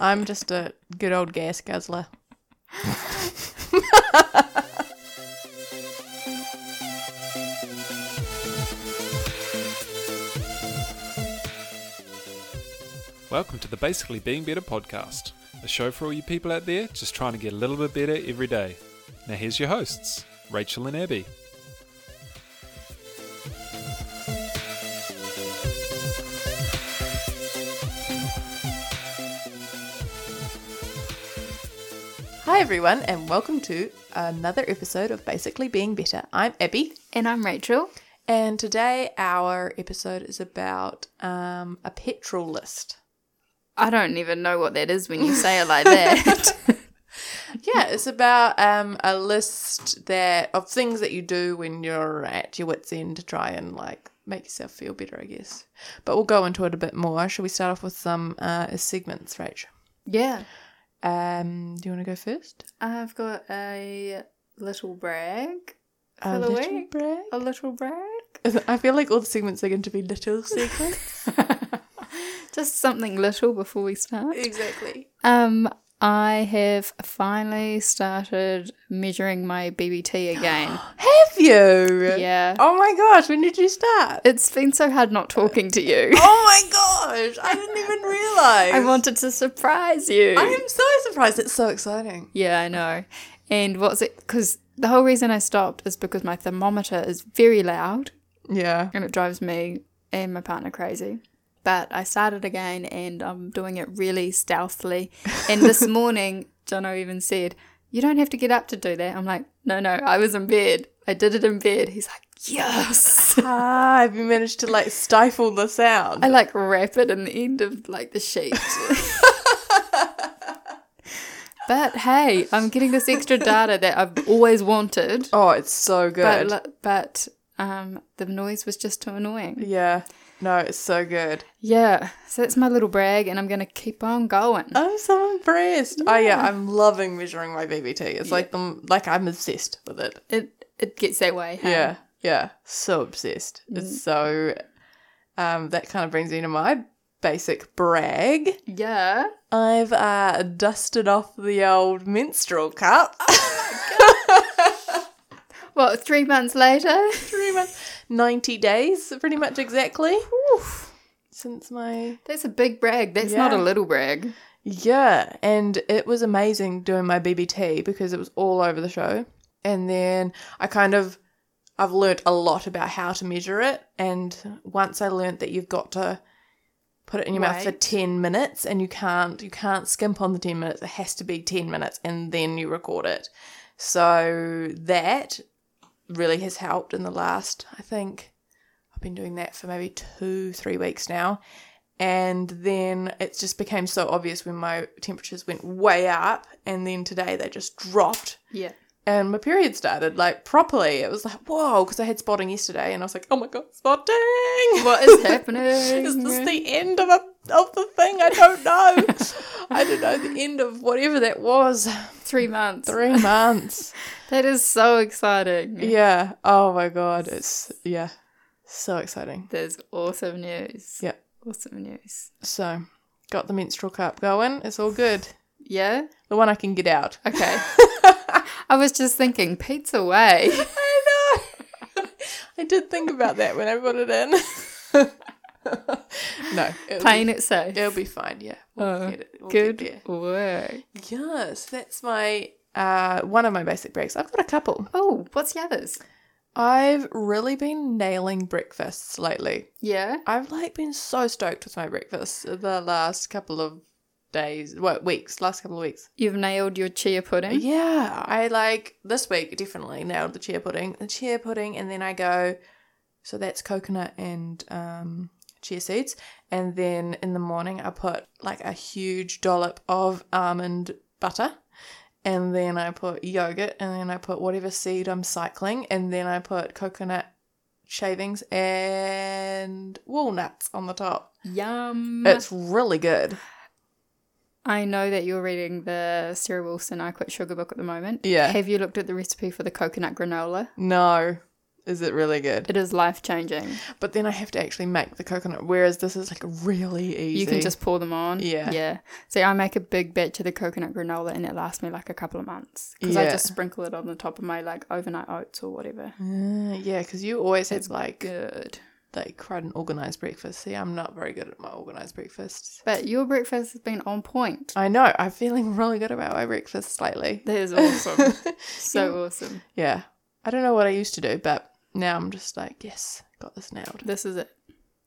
I'm just a good old gas guzzler. Welcome to the Basically Being Better podcast, a show for all you people out there just trying to get a little bit better every day. Now, here's your hosts, Rachel and Abby. Hi, everyone, and welcome to another episode of Basically Being Better. I'm Abby, And I'm Rachel. and today our episode is about um, a petrol list. I don't even know what that is when you say it like that. Yeah, it's about um, a list that of things that you do when you're at your wits' end to try and like make yourself feel better, I guess. But we'll go into it a bit more. Shall we start off with some uh, segments, Rach? yeah. Um, do you want to go first? I've got a little brag. A For the little week? brag? A little brag? I feel like all the segments are going to be little segments. Just something little before we start. exactly. Um, I have finally started measuring my BBT again. Have you? yeah. Oh my gosh, when did you start? It's been so hard not talking to you. Oh my gosh, I didn't even realize. I wanted to surprise you. I am so surprised. It's so exciting. Yeah, I know. And what's it? Because the whole reason I stopped is because my thermometer is very loud Yeah. and it drives me and my partner crazy. But I started again and I'm doing it really stealthily. And this morning, Jono even said, You don't have to get up to do that. I'm like, No, no, I was in bed. I did it in bed. He's like, Yes. Ah, have you managed to like stifle the sound? I like wrap it in the end of like the sheet. but hey, I'm getting this extra data that I've always wanted. oh, it's so but good. li- but um, the noise was just too annoying. yeah. No, it's so good. Yeah, so that's my little brag, and I'm gonna keep on going. I'm so impressed. Oh yeah, I'm loving measuring my BBT. It's like the like I'm obsessed with it. It it gets that way. hey? Yeah, yeah, so obsessed. It's so um, that kind of brings me to my basic brag. yeah. I've uh, dusted off the old menstrual cup. What three months later? Pretty much ninety days, pretty much exactly. Since my That's a big brag. That's not a Yeah. little brag. yeah, and it was amazing doing my BBT because it was all over the show, and then I kind of I've learnt a lot about how to measure it, and once I learnt that you've got to put it in your mouth for Wait. 10 minutes and you can't you can't skimp on the 10 minutes it has to be 10 minutes and then you record it so that really has helped in the last i think i've been doing that for maybe two three weeks now and then it just became so obvious when my temperatures went way up and then today they just dropped Yeah. and my period started like properly it was like whoa because i had spotting yesterday and i was like oh my god spotting What is happening? is this the end of a of the thing? I don't know. I don't know the end of whatever that was. three months? Three months. That is so exciting. yeah. Oh my god. It's yeah. So exciting. That is awesome news. Yeah. Awesome news. So got the menstrual cup going. It's all good. Yeah. The one I can get out. Okay. I was just thinking, pizza way. I know. I did think about that when I put it in. no. It'll Playing Be, it safe. it'll be fine. Yeah. We'll Oh, get it. We'll get Good there. work. Yes, that's my uh, one of my basic breaks. I've got a couple. Oh, what's the others? I've really been nailing breakfasts lately. Yeah. I've like been so stoked with my breakfast the last couple of days, what weeks, last couple of weeks. You've nailed your chia pudding. Yeah, I like this week definitely nailed the chia pudding, the chia pudding, and then I go. So that's coconut and um, chia seeds, and then in the morning I put like a huge dollop of almond butter, and then I put yogurt, and then I put whatever seed I'm cycling, and then I put coconut shavings and walnuts on the top. Yum. It's really good. I know that you're reading the Sarah Wilson I Quit Sugar book at the moment. Yeah. Have you looked at the recipe for the coconut granola? No, Is it really good? It is life changing. But then I have to actually make the coconut, whereas this is like really easy. You can just pour them on. Yeah. Yeah. See, I make a big batch of the coconut granola and it lasts me like a couple of months because I Yeah. just sprinkle it on the top of my like overnight oats or whatever. Uh, yeah, because you always had like Good. like quite an organized breakfast. See, I'm not very good at my organized breakfasts. But your breakfast has been on point. I know. I'm feeling really good about my breakfast lately. That is awesome. so awesome. yeah, I don't know what I used to do, but now I'm just like, yes, got this nailed. This is it.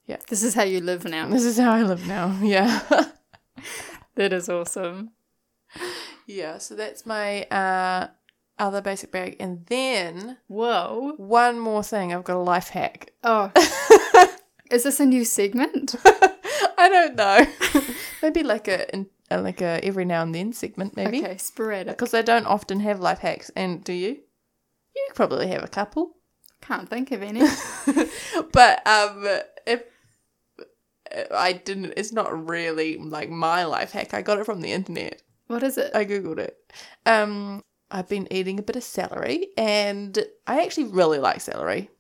Yeah. This is how you live now. This is how I live now. Yeah. That is awesome. yeah. So that's my uh, other basic bag, and then Whoa. one more thing. I've got a life hack. Oh. Is this a new segment? I don't know. maybe like a in- uh, like a every now and then segment, maybe. Okay, sporadic. Because I don't often have life hacks, and do you? You probably have a couple, Can't think of any. but um, if uh, I didn't, it's not really like my life hack. I got it from the internet. What is it? I googled it. Um, I've been eating a bit of celery, and I actually really like celery.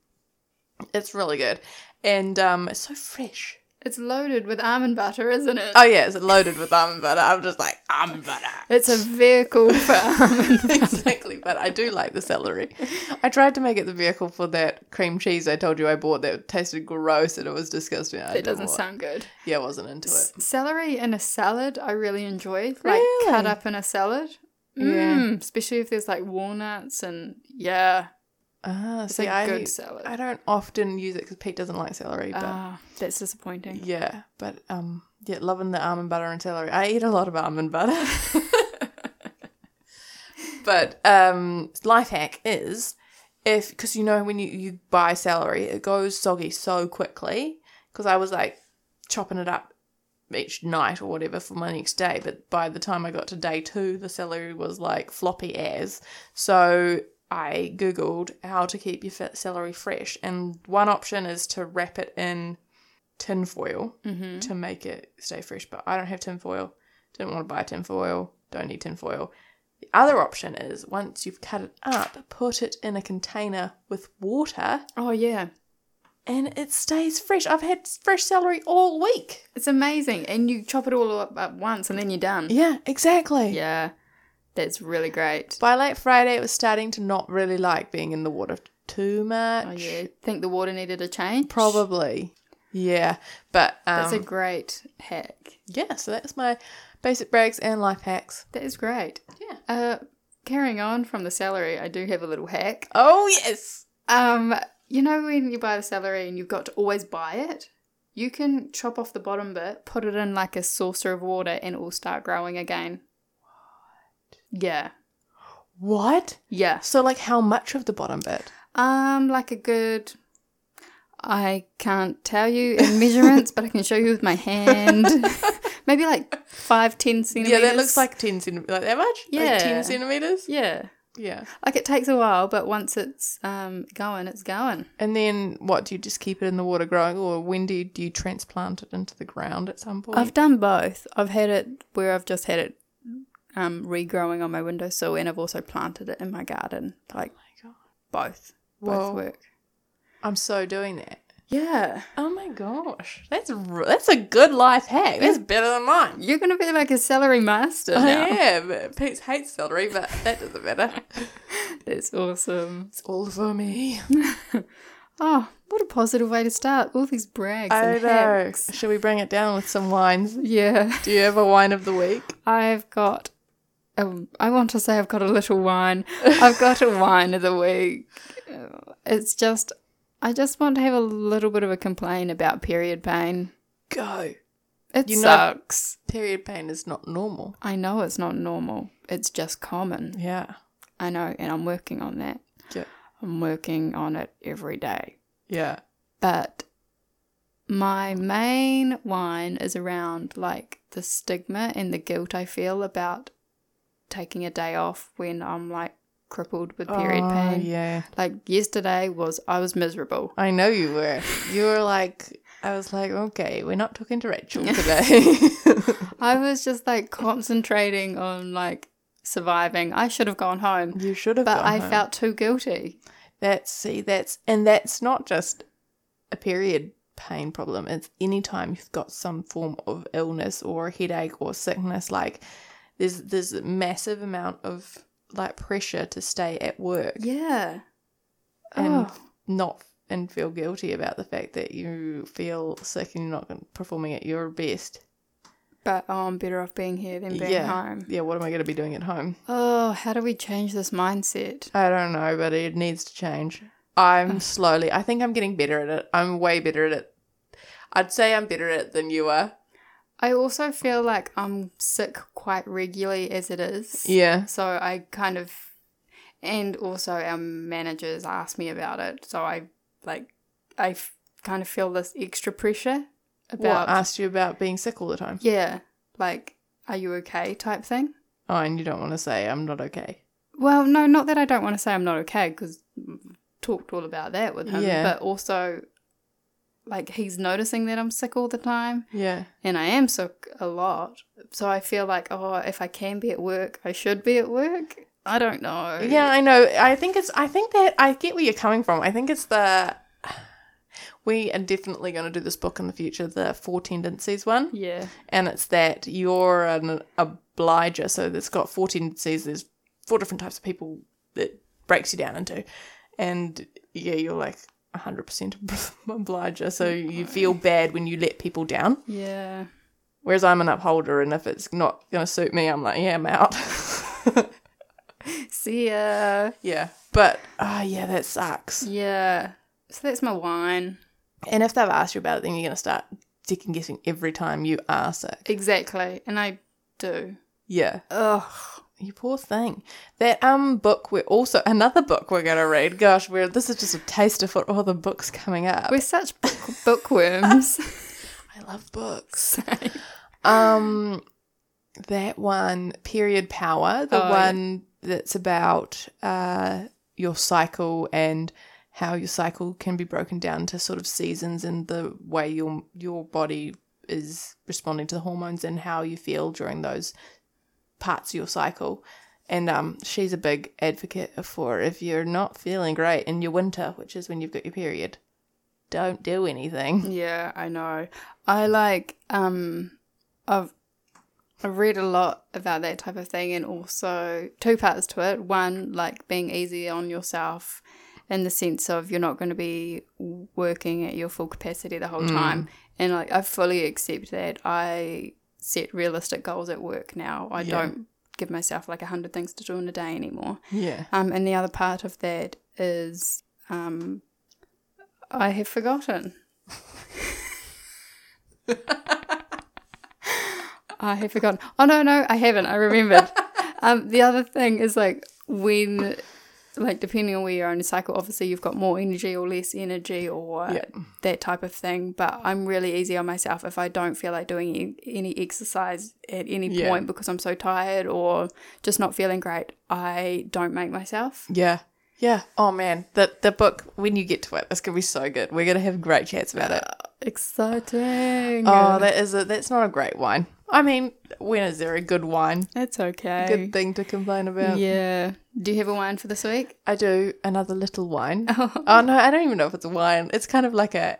It's really good, and um, it's so fresh. It's loaded with almond butter, isn't it? Oh yeah, it's loaded with almond butter. I'm just like almond butter. It's a vehicle for almond exactly, but I do like the celery. I tried to make it the vehicle for that cream cheese I told you I bought that tasted gross and it was disgusting. I It didn't doesn't want- sound good. Yeah, I wasn't into it. Celery in a salad, I really enjoy. Like Really? cut up in a salad. Yeah. Mm, Especially if there's like walnuts and yeah, Ah, it's see, a I good salad. I don't often use it because Pete doesn't like celery, but Ah, that's disappointing. yeah, but um, yeah, loving the almond butter and celery. I eat a lot of almond butter. but um, life hack is if because you know when you you buy celery, it goes soggy so quickly. Because I was like chopping it up each night or whatever for my next day, but by the time I got to day two, the celery was like floppy as. So I googled how to keep your fe- celery fresh, and one option is to wrap it in tin foil Mm-hmm. to make it stay fresh, but I don't have tinfoil. Didn't want to buy tinfoil. Don't need tinfoil. The other option is once you've cut it up, put it in a container with water Oh yeah, and it stays fresh. I've had fresh celery all week. it's amazing. And you chop it all up at once, and then you're done. Yeah, exactly. Yeah, that's really great. By late Friday, it was starting to not really like being in the water too much. Oh yeah, think the water needed a change. Probably. Yeah. But um, That's a great hack. yeah, so that's my basic breaks and life hacks. That is great. Yeah. Uh, carrying on from the celery, I do have a little hack. Oh, yes. Um, you know when you buy the celery and you've got to always buy it? You can chop off the bottom bit, put it in like a saucer of water, and it will start growing again. What? Yeah. What? Yeah. So, like, how much of the bottom bit? Um, like a good I can't tell you in measurements, but I can show you with my hand. Maybe like five, ten Yeah, centimeters. that looks like 10 centimeters. Like that much? Like Yeah. 10 centimeters? Yeah. Yeah. Like it takes a while, but once it's um going, it's going. And then what? Do you just keep it in the water growing, or when do you, do you transplant it into the ground at some point? I've done both. I've had it where I've just had it um, regrowing on my windowsill, and I've also planted it in my garden. Like God. both, Whoa. both work. I'm so doing that. Yeah, Oh my gosh. That's r- that's a good life hack. That's better than mine. you're gonna be like a celery master I now. am. Pete hates celery, but that doesn't matter. That's awesome. it's all for me. Oh, what a positive way to start! All these brags I and know. hacks. Should we bring it down with some wines? Yeah, Do you have a wine of the week? I've got. Um, I want to say I've got a little wine. I've got a wine of the week. Uh, It's just, I just want to have a little bit of a complaint about period pain. Go. It You know- sucks. Period pain is not normal. I know it's not normal. It's just common. Yeah. I know, and I'm working on that. Yeah. I'm working on it every day. Yeah. But my main wine is around like the stigma and the guilt I feel about taking a day off when I'm like crippled with period Oh, pain. Yeah. Like yesterday was I was miserable. I know you were. You were like, I was like, okay, we're not talking to Rachel today. I was just like concentrating on like surviving. I should have gone home, you should have. but gone I home. felt too guilty. That's see, that's and that's not just a period pain problem. It's anytime you've got some form of illness or a headache or sickness, like there's there's a massive amount of like pressure to stay at work Yeah. and oh, not and feel guilty about the fact that you feel sick and you're not gon- performing at your best. but oh, I'm better off being here than being yeah. home. Yeah, what am I going to be doing at home? Oh, how do we change this mindset? I don't know, but it needs to change. I'm slowly, I think I'm getting better at it. I'm way better at it. I'd say I'm better at it than you are. I also feel like I'm sick quite regularly as it is. Yeah. So I kind of, and also our managers ask me about it. So I like, I f- kind of feel this extra pressure about, What asked you about being sick all the time? yeah, like, are you okay type thing. Oh, and you don't want to say I'm not okay. Well, no, not that I don't want to say I'm not okay because talked all about that with him, Yeah. but also like he's noticing that I'm sick all the time Yeah. and I am sick a lot. So I feel like, oh, if I can be at work, I should be at work. I don't know. Yeah, I know. I think it's. I think that I get where you're coming from. I think it's the. We are definitely going to do this book in the future, the Four Tendencies one, Yeah. and it's that you're an obliger. So it's got four tendencies. There's four different types of people that breaks you down into, and yeah, you're like hundred percent obliger. So you feel bad when you let people down. Yeah. Whereas I'm an upholder, and if it's not going to suit me, I'm like, yeah, I'm out. See ya. yeah. But, oh, yeah, that sucks. Yeah. So that's my wine. And if they've asked you about it, then you're going to start second guessing every time you are sick. Exactly. And I do. Yeah. Ugh. You poor thing. That um book we're also another book we're gonna read. Gosh, we're this is just a taster for all the books coming up. We're such book- bookworms. I love books. Um, that one, period power, the Oh, one yeah. that's about uh, your cycle and how your cycle can be broken down to sort of seasons and the way your your body is responding to the hormones and how you feel during those parts of your cycle. And um, she's a big advocate for if you're not feeling great in your winter, which is when you've got your period, don't do anything. Yeah, I know. I like um I've I've read a lot about that type of thing and also two parts to it. One, like being easy on yourself in the sense of you're not going to be working at your full capacity the whole time. And like I fully accept that. I set realistic goals at work now. I Yeah. don't give myself like a hundred things to do in a day anymore. Yeah. Um, and the other part of that is um, I have forgotten. I have forgotten. Oh no, no, I haven't. I remembered. um, the other thing is like when, like depending on where you are in the cycle, obviously you've got more energy or less energy or Yeah. that type of thing. But I'm really easy on myself if I don't feel like doing e- any exercise at any Yeah. point because I'm so tired or just not feeling great. I don't make myself. Yeah. Yeah. Oh man, the the book when you get to it, it's gonna be so good. We're gonna have great chats about it. Exciting. Oh, that is a that's not a great wine. I mean, when is there a good wine? that's okay. Good thing to complain about. Yeah. Do you have a wine for this week? I do another little wine. oh no, I don't even know if it's a wine. It's kind of like a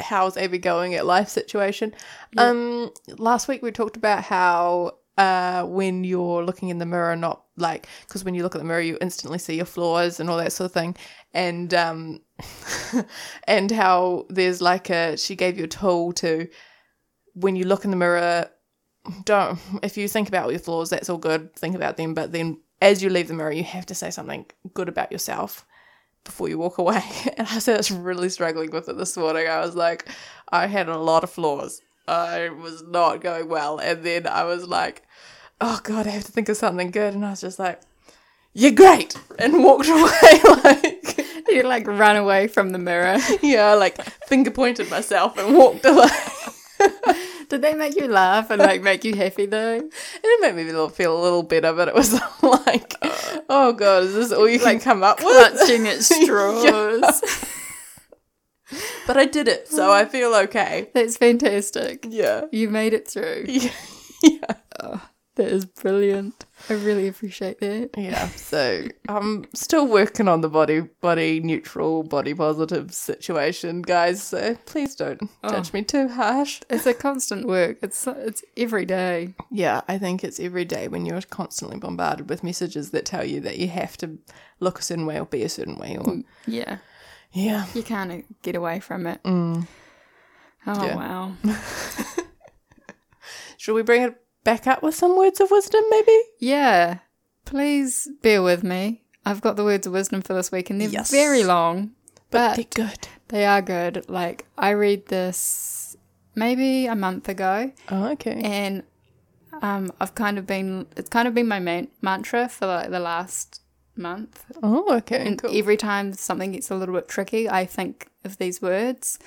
how's Abby going at life situation. Um, last week we talked about how uh when you're looking in the mirror, not like because when you look at the mirror, you instantly see your flaws and all that sort of thing, and um, and how there's like a she gave you a tool to when you look in the mirror don't if you think about your flaws that's all good think about them but then as you leave the mirror you have to say something good about yourself before you walk away and i said that's really struggling with it this morning i was like i had a lot of flaws i was not going well and then i was like oh god i have to think of something good and i was just like you're great and walked away like You like run away from the mirror. yeah I, like finger pointed myself and walked away Did they make you laugh and like make you happy though? And it made me feel feel a little better, but it was like, oh god, is this all you can come up with? Clutching at straws. But I did it, so I feel okay. That's fantastic. Yeah. You made it through. Yeah. That is Oh, brilliant. I really appreciate that. Yeah, so I'm still working on the body body neutral, body positive situation, guys. So please don't judge me too harsh. It's a constant work. It's it's every day. Yeah, I think it's every day when you're constantly bombarded with messages that tell you that you have to look a certain way or be a certain way or Yeah. yeah. You can't get away from it. Oh Yeah. wow. Should we bring it back up with some words of wisdom maybe? Yeah. Please bear with me. I've got the words of wisdom for this week and they're Yes. very long. But, They're good. they are good. Like I read this maybe a month ago Oh, okay. and um, I've kind of been it's kind of been my man- mantra for like the last month Oh, okay. and cool. every time something gets a little bit tricky, I think of these words.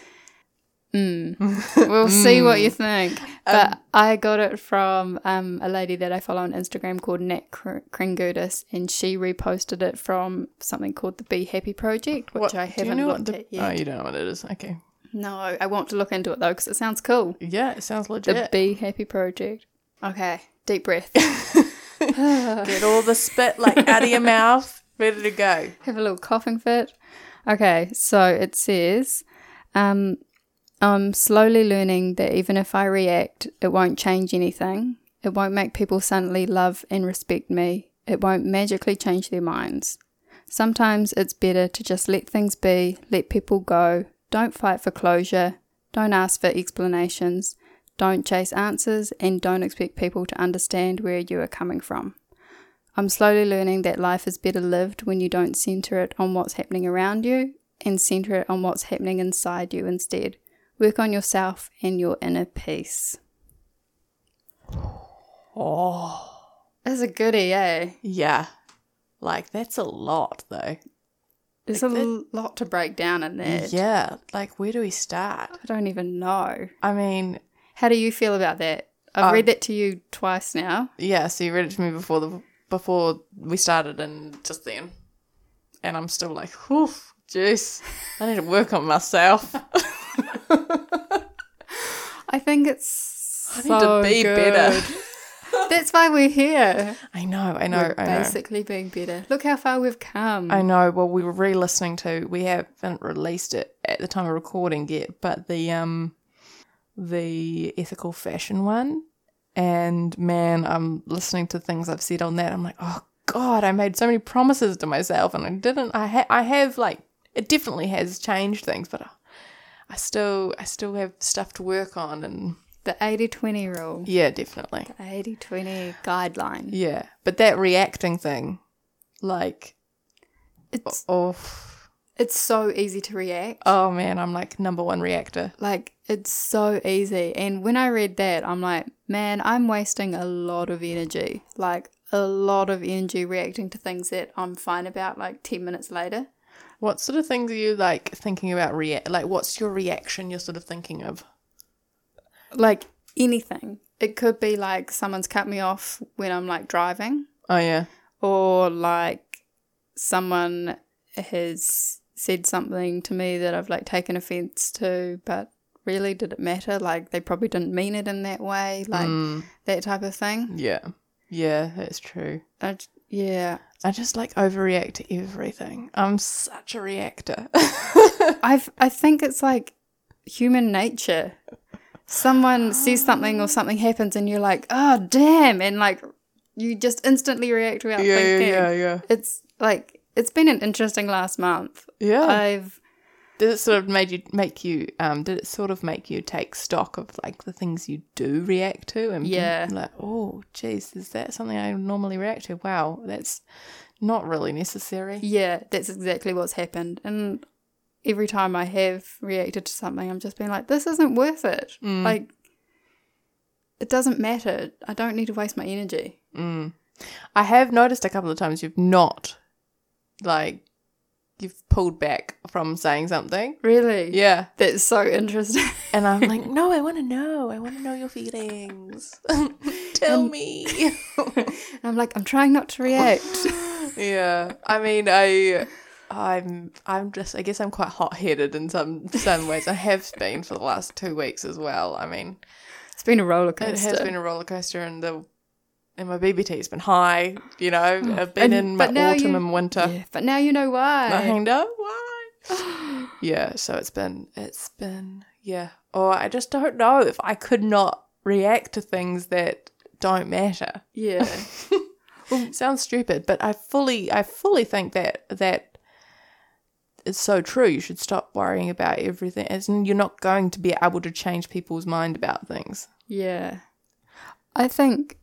Mm. we'll see what you think. Um, But I got it from um, a lady that I follow on Instagram called Nat Kr- Kringudis, and she reposted it from something called the Be Happy Project, What- which I do you haven't know what looked the- at yet. Oh, you don't know what it is. Okay. No, I want to look into it though because it sounds cool. Yeah, it sounds The legit. Be Happy Project. Okay, deep breath. Get all the spit like out of your mouth, ready to go. have a little coughing fit. Okay, so it says, um, I'm slowly learning that even if I react, it won't change anything. It won't make people suddenly love and respect me. It won't magically change their minds. Sometimes it's better to just let things be, let people go, don't fight for closure, don't ask for explanations, don't chase answers, and don't expect people to understand where you are coming from. I'm slowly learning that life is better lived when you don't center it on what's happening around you and center it on what's happening inside you instead. Work on yourself and your inner peace. Oh. That's a goodie, eh? Yeah. Like that's a lot though. There's a lot to break down in that. Yeah. Like where do we start? I don't even know. I mean, How do you feel about that? I've Um, read that to you twice now. yeah, so you read it to me before the before we started and just then. And I'm still like, whew, jeez. I need to work on myself. I think it's I need to be better. That's why we're here. I know, I know, I know. Basically being better. Look how far we've come. I know. Well, we were re-listening to. We haven't released it at the time of recording yet, but the um, the ethical fashion one, and man, I'm listening to things I've said on that. I'm like, oh god, I made so many promises to myself, and I didn't. I ha- I have like it definitely has changed things, but I, I still I still have stuff to work on, and the 80-20 rule. yeah, definitely. 80-20 guideline. Yeah, but that reacting thing, like, It's oh. it's so easy to react. Oh man, I'm like number one reactor. Like it's so easy. And when I read that, I'm like, man, I'm wasting a lot of energy. Like a lot of energy reacting to things that I'm fine about like 10 minutes later. What sort of things are you like thinking about react? Like, what's your reaction you're sort of thinking of? Like anything. It could be like someone's cut me off when I'm like driving Oh yeah, or like someone has said something to me that I've like taken offense to, but really did it matter? Like they probably didn't mean it in that way, like Hmm. that type of thing. yeah, yeah. That's true. I j- yeah. I just like overreact to everything. I'm such a reactor. I've I think it's like human nature. Someone sees something or something happens and you're like, oh damn and like you just instantly react without thinking. yeah, It's like it's been an interesting last month. yeah. I've Uh, did it sort of made you make you? Um, did it sort of make you take stock of like the things you do react to and be Yeah. like, oh, geez, is that something I normally react to? Wow, that's not really necessary. Yeah, that's exactly what's happened. And every time I have reacted to something, I'm just being like, this isn't worth it. Like, it doesn't matter. I don't need to waste my energy. I have noticed a couple of times you've not, like, you've pulled back from saying something. Really? Yeah. That's so interesting. And I'm like, no, I want to know. I want to know your feelings. Tell me. And I'm like, I'm trying not to react. yeah. I mean, I. I'm I'm just I guess I'm quite hot headed in some some ways. I have been for the last two weeks as well. I mean it's been a roller it coaster. has been a roller coaster and the and my BBT's been high, you know, I've been And- in my but now autumn you- Oh. and winter. Yeah, but now you know why. I hanged up. Why? yeah, so it's been it's been yeah. Or I just don't know if I could not react to things that don't matter. Yeah. Sounds stupid, but I fully I fully think that that it's so true. You should stop worrying about everything. As in, you're not going to be able to change people's mind about things. Yeah. I think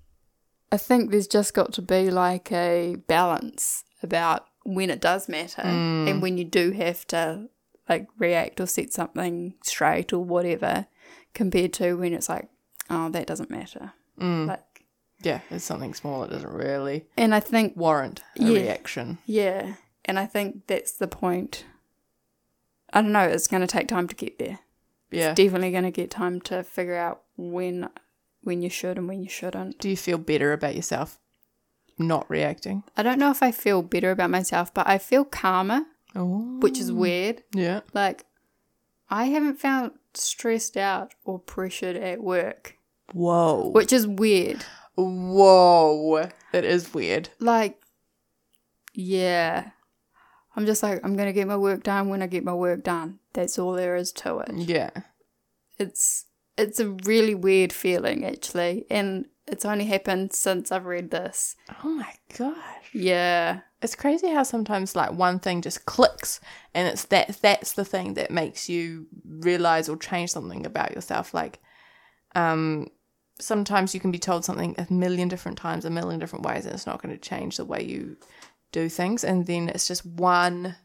I think there's just got to be like a balance about when it does matter and when you do have to like react or set something straight or whatever compared to when it's like oh that doesn't matter. Like Yeah, it's something small. It doesn't really and I think warrant a Yeah. reaction. yeah, and I think that's the point. I don't know, it's going to take time to get there. Yeah. Definitely going to get time to figure out when when you should and when you shouldn't. Do you feel better about yourself not reacting? I don't know if I feel better about myself, but I feel calmer, Oh, which is weird. yeah. Like, I haven't felt stressed out or pressured at work, Whoa. which is weird. Whoa. That is weird. Like, yeah. I'm just like, I'm going to get my work done when I get my work done. That's all there is to it. Yeah. It's it's a really weird feeling actually and it's only happened since I've read this. Oh my gosh. Yeah. It's crazy how sometimes like one thing just clicks and it's that that's the thing that makes you realize or change something about yourself like um sometimes you can be told something a million different times a million different ways and it's not going to change the way you do things and then it's just one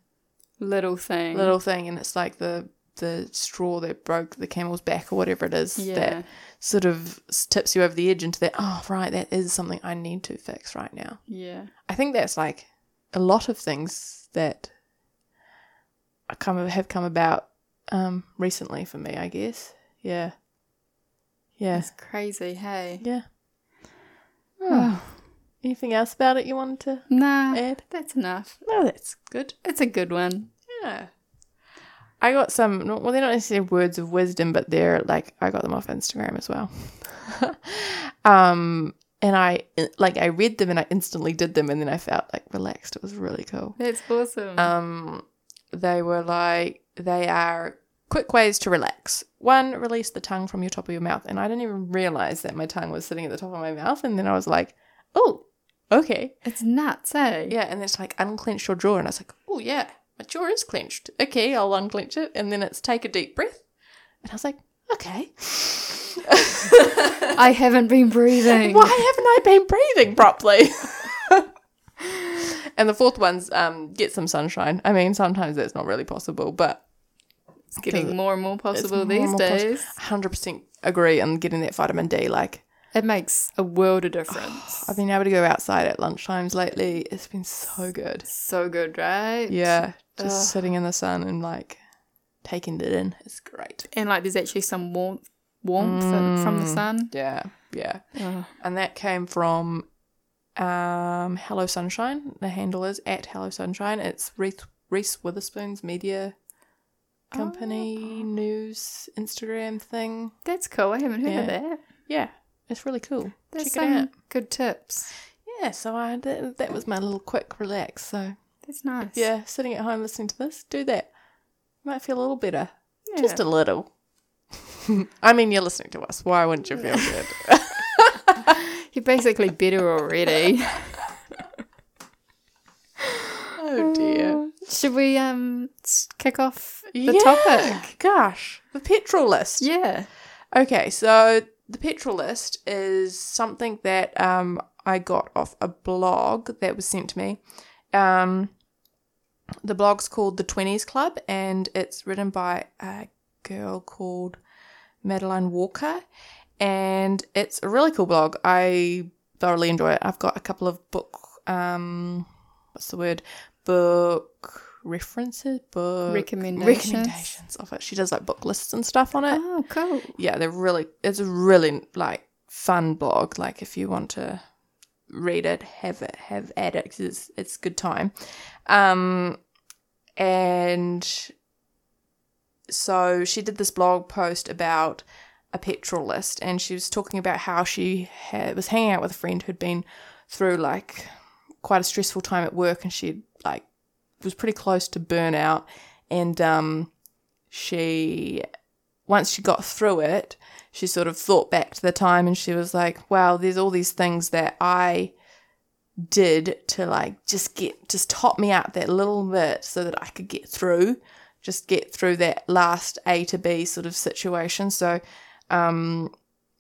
Little thing. little thing and it's like the the straw that broke the camel's back or whatever it is Yeah. that sort of s- tips you over the edge into that oh right that is something i need to fix right now Yeah. i think that's like a lot of things that are come have come about um recently for me i guess yeah yeah It's crazy, hey. yeah Hmm. anything else about it you wanted to Nah, Ed? that's enough. no that's good That's a good one. Yeah. I got some, well, they're not necessarily words of wisdom, but they're like, I got them off Instagram as well. um, and I, like, I read them and I instantly did them and then I felt like relaxed. It was really cool. That's awesome. Um, they were like, they are quick ways to relax. One, release the tongue from your top of your mouth. And I didn't even realize that my tongue was sitting at the top of my mouth. And then I was like, oh, okay. it's nuts, eh? Yeah, and it's like unclench your jaw, and I was like, oh yeah, my jaw is clenched. Okay, I'll unclench it, and then it's take a deep breath, and I was like, okay. I haven't been breathing. Why haven't I been breathing properly? and the fourth one's um, get some sunshine. I mean, sometimes that's not really possible, but It's getting more and more possible more these and more possi- days. hundred percent agree on getting that vitamin D. Like it makes a world of difference. I've been able to go outside at lunchtimes lately. It's been so good. so good, right? Yeah, just sitting in the sun and like taking it in. It's great. And like there's actually some warmth warmth from the sun. Yeah, yeah. And that came from um, Hello Sunshine. The handle is at Hello Sunshine. It's Reese, Reese Witherspoon's media company news Instagram thing. That's cool. I haven't heard Yeah. of that. Yeah, it's really cool. There's Check some it out. good tips. Yeah, so I that, that was my little quick relax. So That's nice. yeah, sitting at home listening to this, do that. You might feel a little better, Yeah. just a little. I mean, you're listening to us. Why wouldn't you feel good? You're basically bitter already. oh dear. Should we um s- kick off the Yeah, topic? Gosh, the petrol list. Yeah. Okay, so the petrol list is something that um, I got off a blog that was sent to me. Um, the blog's called The 20s Club and it's written by a girl called Madeline Walker. And it's a really cool blog. I thoroughly enjoy it. I've got a couple of book, um, what's the word? Book references, book Recommendations. recommendations of it. She does like book lists and stuff on it Oh, cool. yeah, they're really it's a really like fun blog. Like if you want to read it, have it, have at it 'cause it's it's good time. Um, and so she did this blog post about a petrol list, and she was talking about how she had, was hanging out with a friend who'd been through like quite a stressful time at work, and she like was pretty close to burnout, and um, she once she got through it, she sort of thought back to the time, and she was like, "Wow, there's all these things that I." did to like just get just top me up that little bit so that I could get through, just get through that last A to B sort of situation. So um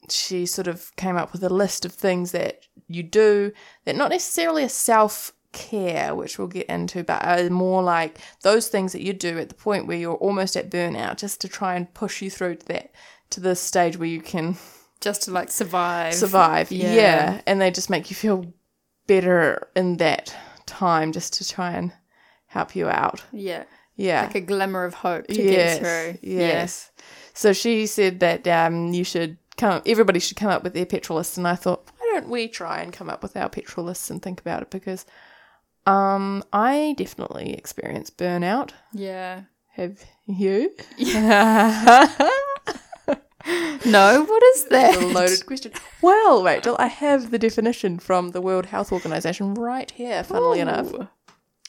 she sort of came up with a list of things that you do that not necessarily a self care, which we'll get into, but are more like those things that you do at the point where you're almost at burnout just to try and push you through to that to the stage where you can just to like survive. survive. Yeah. Yeah. And they just make you feel better in that time just to try and help you out. Yeah. Yeah. Like a glimmer of hope to yes. get through. Yeah. Yes. So she said that um, you should come, everybody should come up with their petrol list. And I thought, why don't we try and come up with our petrol lists and think about it? Because um, I definitely experience burnout. Yeah. Have you? No, what is that? a loaded question. Well, Rachel, I have the definition from the World Health Organization right here, funnily enough.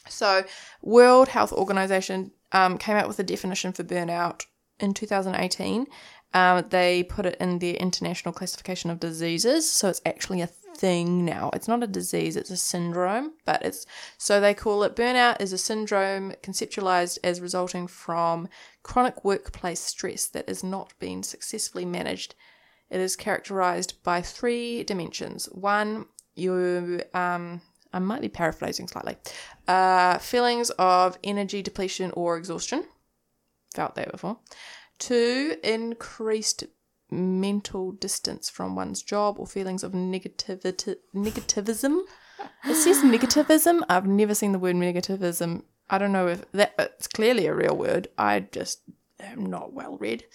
So, World Health Organization um, came out with a definition for burnout in 2018. Um, they put it in their international classification of diseases, so it's actually a thing now. It's not a disease; it's a syndrome. But it's so they call it burnout is a syndrome conceptualized as resulting from chronic workplace stress that is not being successfully managed it is characterized by three dimensions. One, you, um, I might be paraphrasing slightly, uh, feelings of energy depletion or exhaustion. Felt that before. Two, increased mental distance from one's job or feelings of negativity, negativism. It says negativism. I've never seen the word negativism. I don't know if that, it's clearly a real word. I just am not well read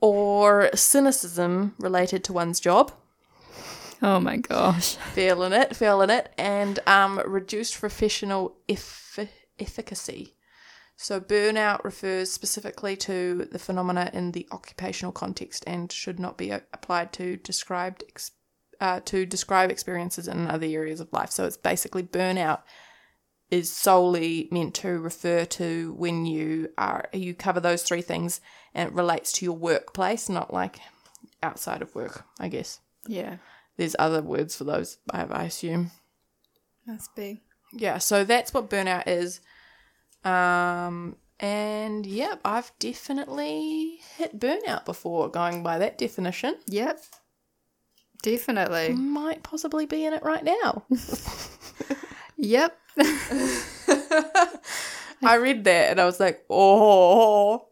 or cynicism related to one's job. Oh my gosh. Feeling it, feeling it, and um, reduced professional eff- efficacy. So, burnout refers specifically to the phenomena in the occupational context and should not be a- applied to described ex- uh, to describe experiences in other areas of life. So, it's basically burnout is solely meant to refer to when you are you cover those three things and it relates to your workplace, not like outside of work, I guess. Yeah. There's other words for those, I, I assume. Must be. Yeah, so that's what burnout is. Um, and yep, I've definitely hit burnout before, going by that definition. Yep. Definitely. Might possibly be in it right now. Yep. I read that and I was like, oh,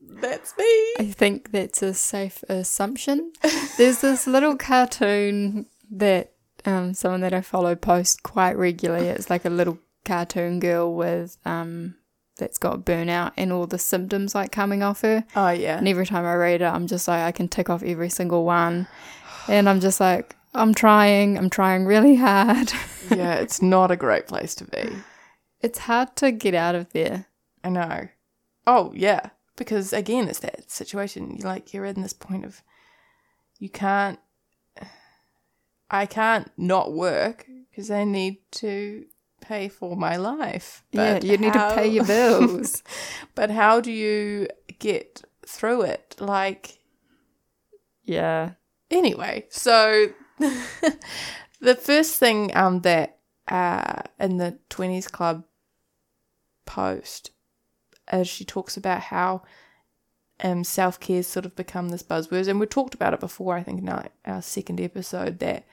that's me. I think that's a safe assumption. There's this little cartoon that um, someone that I follow posts quite regularly. It's like a little cartoon girl with um, that's got burnout and all the symptoms like coming off her. Oh, yeah. And every time I read it, I'm just like, I can tick off every single one. And I'm just like, I'm trying, I'm trying really hard. yeah, it's not a great place to be. it's hard to get out of there. I know. Oh yeah, because again, it's that situation. You're like you're in this point of you can't. I can't not work because I need to pay for my life. But yeah, you need to pay your how- bills. but how do you get through it? Like yeah. anyway, so the first thing um that uh in the twenties club post as she talks about how um self care's sort of become this buzzword and we talked about it before I think in our, our second episode that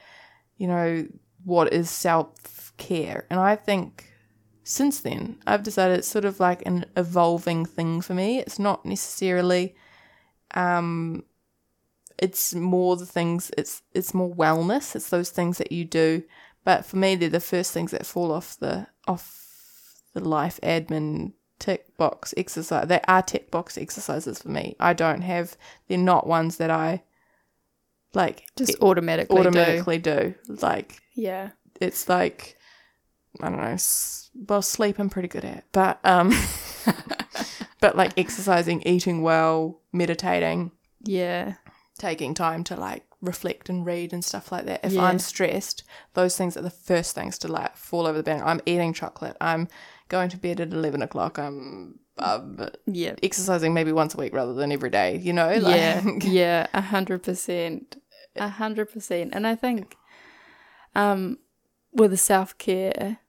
you know what is self care and I think since then I've decided it's sort of like an evolving thing for me it's not necessarily um it's more the things it's it's more wellness it's those things that you do but for me they're the first things that fall off the off the life admin tick box exercise they are tick box exercises for me i don't have they're not ones that i like Just automatically. Automatically. automatically do. like Yeah. it's like i don't know s- well sleep i'm pretty good at but um but like exercising eating well meditating Yeah. taking time to like reflect and read and stuff like that. If Yeah. I'm stressed, those things are the first things to like fall over the bank. I'm eating chocolate. I'm going to bed at eleven o'clock. I'm um, Yeah. exercising maybe once a week rather than every day. You know, like, Yeah, yeah, a hundred percent, a hundred percent. And I think, um, with the self care,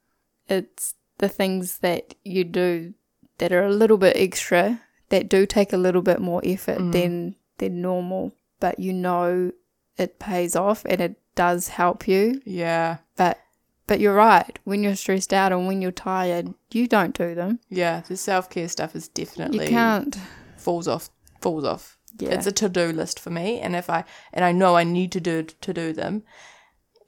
it's the things that you do that are a little bit extra that do take a little bit more effort than than normal, but you know it pays off and it does help you. yeah, But but you're right. When you're stressed out and when you're tired, you don't do them. yeah. The self care stuff is You definitely can't. falls off falls off. Yeah. It's a to do list for me, and if I and I know I need to do to do them,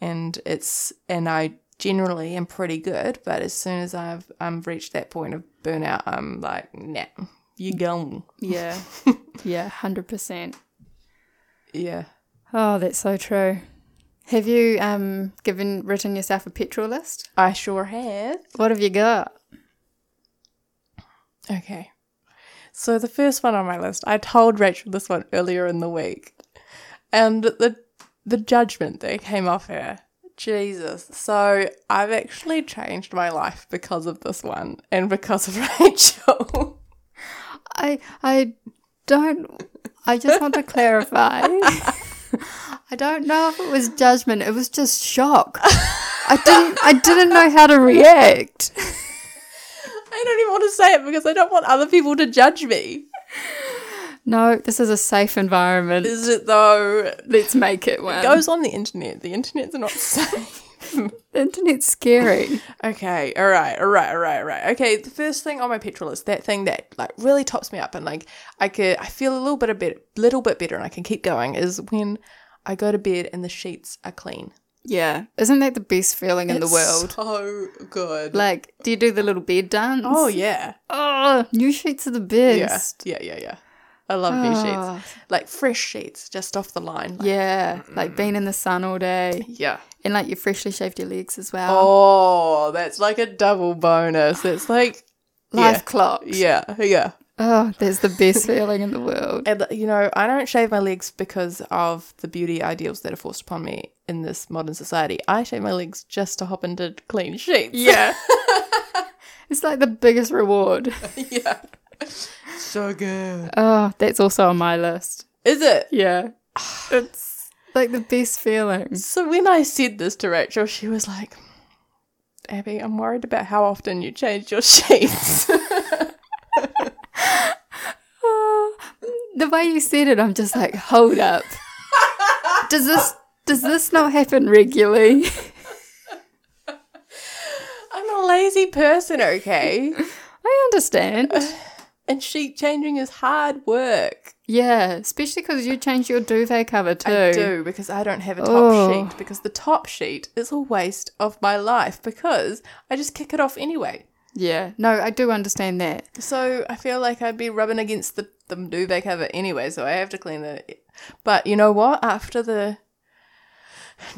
and it's and I generally am pretty good, but as soon as I've I'm reached that point of burnout, I'm like, nah, you gone. yeah. yeah. Hundred percent. Yeah. Oh, that's so true. Have you um given written yourself a petrol list? I sure have. What have you got? Okay. So the first one on my list, I told Rachel this one earlier in the week. And the the judgment that came off her. Jesus. So I've actually changed my life because of this one and because of Rachel. I I don't I just want to clarify. I don't know if it was judgment, it was just shock. I didn't I didn't know how to react. I don't even want to say it because I don't want other people to judge me. No, this is a safe environment. Is it though? Let's make it one. It goes on the internet. The internet's not safe. the internet's scary. Okay, all right, all right, all right, all right. Okay, the first thing on my petrol is that thing that like really tops me up, and like I could, I feel a little bit a bit, little bit better, and I can keep going. Is when I go to bed and the sheets are clean yeah. Isn't that the best feeling in the world? So good. Like, do you do the little bed dance? oh yeah, Oh, new sheets are the best. yeah, yeah, yeah, yeah. I love new Oh. sheets, like fresh sheets, just off the line. Like, Yeah, like being in the sun all day yeah. and like you freshly shaved your legs as well. Oh, that's like a double bonus. It's like Life yeah. clock. yeah, yeah. Oh, that's the best feeling in the world. And you know, I don't shave my legs because of the beauty ideals that are forced upon me in this modern society. I shave my legs just to hop into clean sheets. Yeah. it's like the biggest reward. yeah. So good. Oh, that's also on my list. Is it? Yeah. It's like the best feeling. So when I said this to Rachel, she was like, Abby, I'm worried about how often you change your sheets. Oh, the way you said it, I'm just like, hold up. Does this does this not happen regularly? I'm a lazy person, okay? I understand. And sheet changing is hard work. Yeah, especially because you change your duvet cover too. I do because I don't have a top Oh. sheet because the top sheet is a waste of my life because I just kick it off anyway. Yeah, no, I do understand that. So I feel like I'd be rubbing against the, the duvet cover anyway, so I have to clean the. But you know what? After the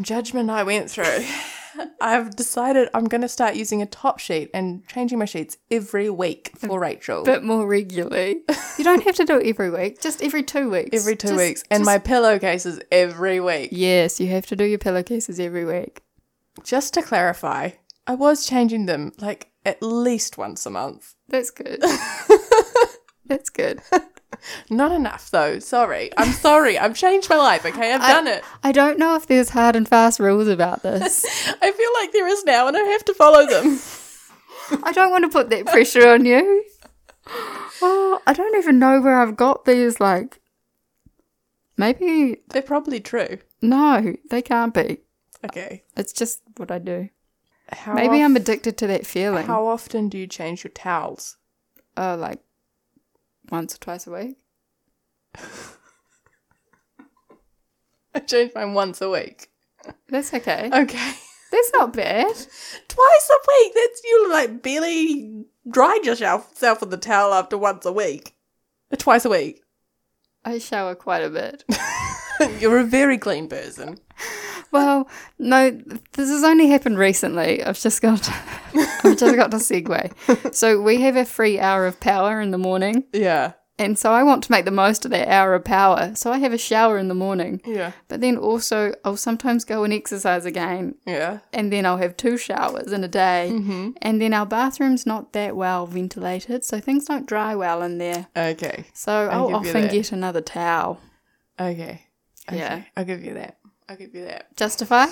judgment I went through, I've decided I'm going to start using a top sheet and changing my sheets every week Mm, for Rachel. Bit more regularly. You don't have to do it every week, just every two weeks. every two Just- weeks. And just- my pillowcases every week. Yes, you have to do your pillowcases every week. Just to clarify, I was changing them like at least once a month. That's good. That's good. Not enough though. Sorry. I'm sorry. I've changed my life, okay? I've done it. I don't know if there's hard and fast rules about this. I feel like there is now and I have to follow them. I don't want to put that pressure on you. Oh, I don't even know where I've got these. Like, maybe, They're probably true. no, they can't be. Okay. It's just what I do. How Maybe of- I'm addicted to that feeling. How often do you change your towels? Oh, like once or twice a week. I change mine once a week. That's okay. Okay. That's not bad. Twice a week. That's you like barely dried yourself self with the towel after once a week. Uh, Twice a week. I shower quite a bit. You're a very clean person. Well, no, this has only happened recently. I've just got, I've just got to segue. So we have a free hour of power in the morning, Yeah. And so I want to make the most of that hour of power. So I have a shower in the morning. Yeah. But then also, I'll sometimes go and exercise again. Yeah. And then I'll have two showers in a day. Mm-hmm. And then our bathroom's not that well ventilated. So things don't dry well in there. Okay. So I'll give you often that. get another towel. Okay. okay. Yeah. I'll give you that. I'll give you that. Justified?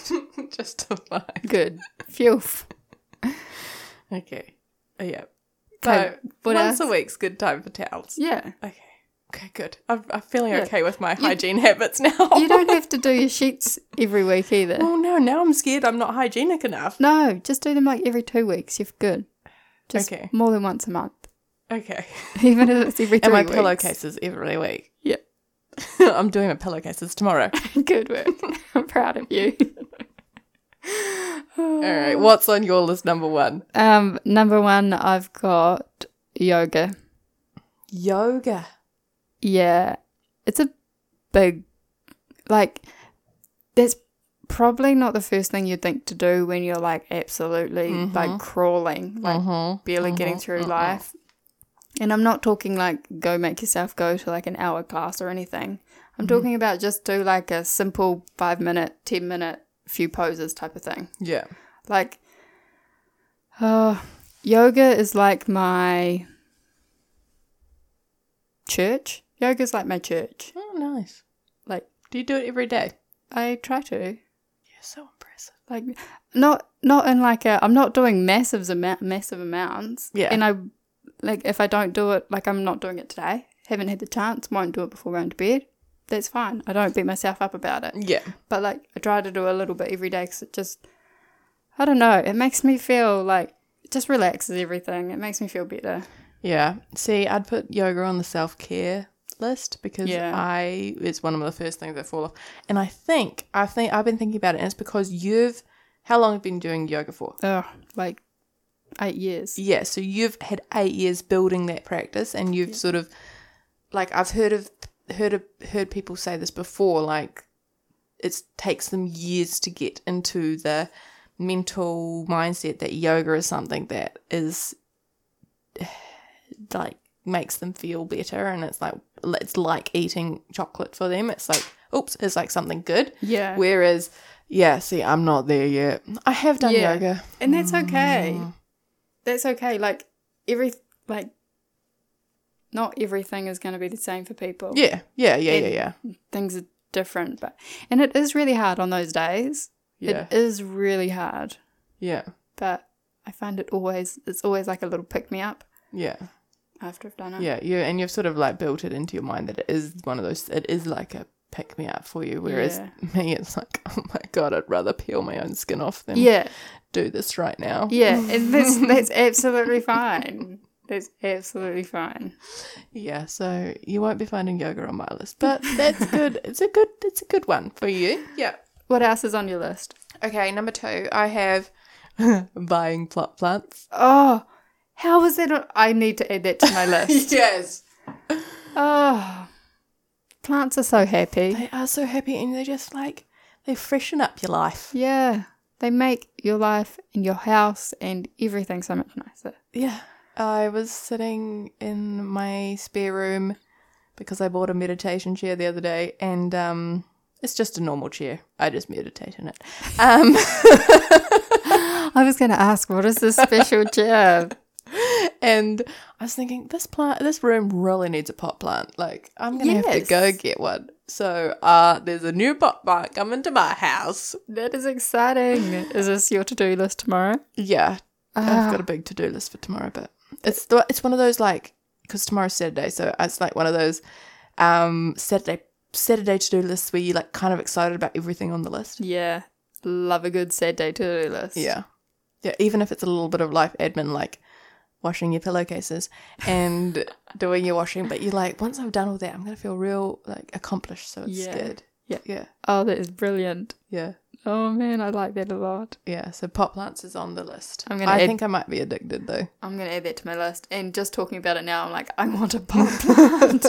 Just to lie. Good. Phew. Okay. Yeah. Okay, So what once else? a week's good time for towels. Yeah. Okay. Okay, good. I'm, I'm feeling Yeah. okay with my hygiene habits now. You don't have to do your sheets every week either. Oh no, now I'm scared I'm not hygienic enough. No, just do them like every two weeks. You're good. Just Okay. more than once a month. Okay. Even if it's every three and my weeks. pillowcases every week. Yeah. I'm doing my pillowcases tomorrow. Good work. I'm proud of you. All right. What's on your list number one? Um, number one, I've got yoga. Yoga. Yeah, it's a big, like, that's probably not the first thing you'd think to do when you're like absolutely like crawling, like Mm-hmm. barely getting through life. And I'm not talking like go make yourself go to like an hour class or anything. I'm Mm-hmm. talking about just do like a simple five minute, 10 minute, few poses type of thing. Yeah. Like, uh, yoga is like my church. Yoga is like my church. Oh, nice. Like, Do you do it every day? I try to. You're so impressive. Like, not not in like a. I'm not doing massive amount, massive amounts. Yeah. And I, like, if I don't do it, like, I'm not doing it today. Haven't had the chance. Won't do it before going to bed. That's fine. I don't beat myself up about it. Yeah. but like I try to do a little bit every day because it just, I don't know, it makes me feel like it just relaxes everything. It makes me feel better. Yeah. See, I'd put yoga on the self care list because Yeah. I it's one of the first things that fall off. And I think I think I've been thinking about it and it's because you've how long have you been doing yoga for? Oh, like eight years. Yeah, so you've had eight years building that practice, and you've sort of, like, I've heard of heard of heard people say this before. Like, it takes them years to get into the mental mindset that yoga is something that is, like, makes them feel better, and it's like it's like eating chocolate for them. It's like, oops, it's like something good. Yeah. Whereas, yeah, see, I'm not there yet. I have done Yeah. yoga. And that's okay. Mm. That's okay. Like every, like, not everything is going to be the same for people. Yeah, yeah, yeah, yeah, And- yeah. Things are different, but, and it is really hard on those days. Yeah. It is really hard, yeah. but I find it always, it's always like a little pick me up Yeah. after I've done it. Yeah. You and you've sort of like built it into your mind that it is one of those it is like a pick me up for you. Whereas me it's like, oh my god, I'd rather peel my own skin off than Yeah. do this right now. Yeah, and that's that's absolutely fine. That's absolutely fine. Yeah, so you won't be finding yoga on my list. But that's good. It's a good it's a good one for you. Yeah. What else is on your list? Okay, number two, I have buying plot plants. Oh, how was that? On? I need to add that to my list. Yes. Oh, plants are so happy. They are so happy and they just like they freshen up your life. Yeah, they make your life and your house and everything so much nicer. Yeah. I was sitting in my spare room because I bought a meditation chair the other day and um it's just a normal chair. I just meditate in it. Um I was going to ask, what is this special chair? and I was thinking this plant this room really needs a pot plant. Like I'm going to have to Yes. go get one. So uh there's a new pot plant coming to my house. That is exciting. Is this your to-do list tomorrow? Yeah. Ah. I've got a big to-do list for tomorrow, but it's the, it's one of those like because tomorrow's Saturday, so it's like one of those um Saturday Saturday to-do lists where you're like kind of excited about everything on the list. Yeah, love a good sad day to-do list. Yeah, yeah. Even if it's a little bit of life admin, like washing your pillowcases and doing your washing, but you're like, once I've done all that, I'm gonna feel real like accomplished. So it's Yeah. good. Yeah. yeah, Oh, that is brilliant. yeah, Oh man, I like that a lot. yeah. So pot plants is on the list. I'm gonna I add- think I might be addicted though. I'm gonna add that to my list. And just talking about it now, I'm like, I want a pot plant.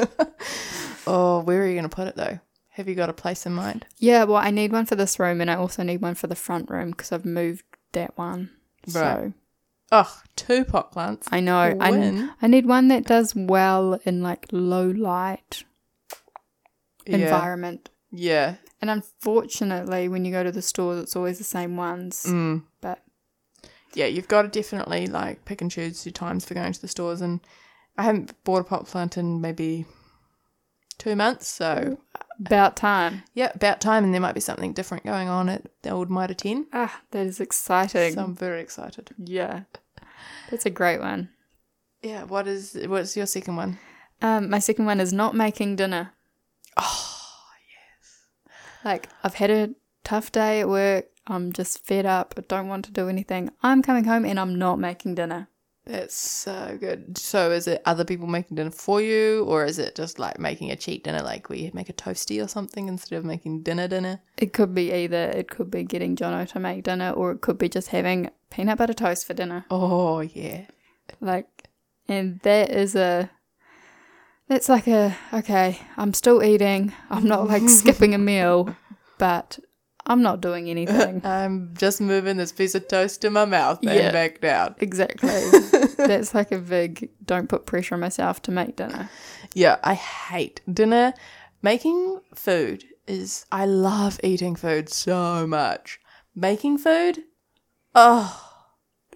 Oh, where are you gonna put it though? Have you got a place in mind? yeah, well, I need one for this room, and I also need one for the front room because I've moved that one. So Ugh, two pot plants. I know. I, When? I need one that does well in like low light Yeah. environment. Yeah. And unfortunately, when you go to the stores, it's always the same ones. Mm. But Yeah, you've got to definitely like pick and choose your times for going to the stores. And I haven't bought a pot plant in maybe two months. So, about time. yeah, about time. And there might be something different going on at the old Mitre 10. Ah, that is exciting. So I'm very excited. yeah, that's a great one. Yeah, what is what's your second one? Um, my second one is not making dinner. Oh yes. Like I've had a tough day at work. I'm just fed up. I don't want to do anything. I'm coming home and I'm not making dinner. That's so good. So is it other people making dinner for you or is it just like making a cheat dinner like we make a toasty or something instead of making dinner dinner? It could be either. It could be getting Jono to make dinner, or it could be just having peanut butter toast for dinner. Oh yeah. Like, and that is a. That's like a okay. I'm still eating. I'm not like skipping a meal, but I'm not doing anything. I'm just moving this piece of toast in my mouth Yeah. and back down. Exactly. That's like a big don't put pressure on myself to make dinner. Yeah, I hate dinner. Making food is I love eating food so much. Making food? Oh,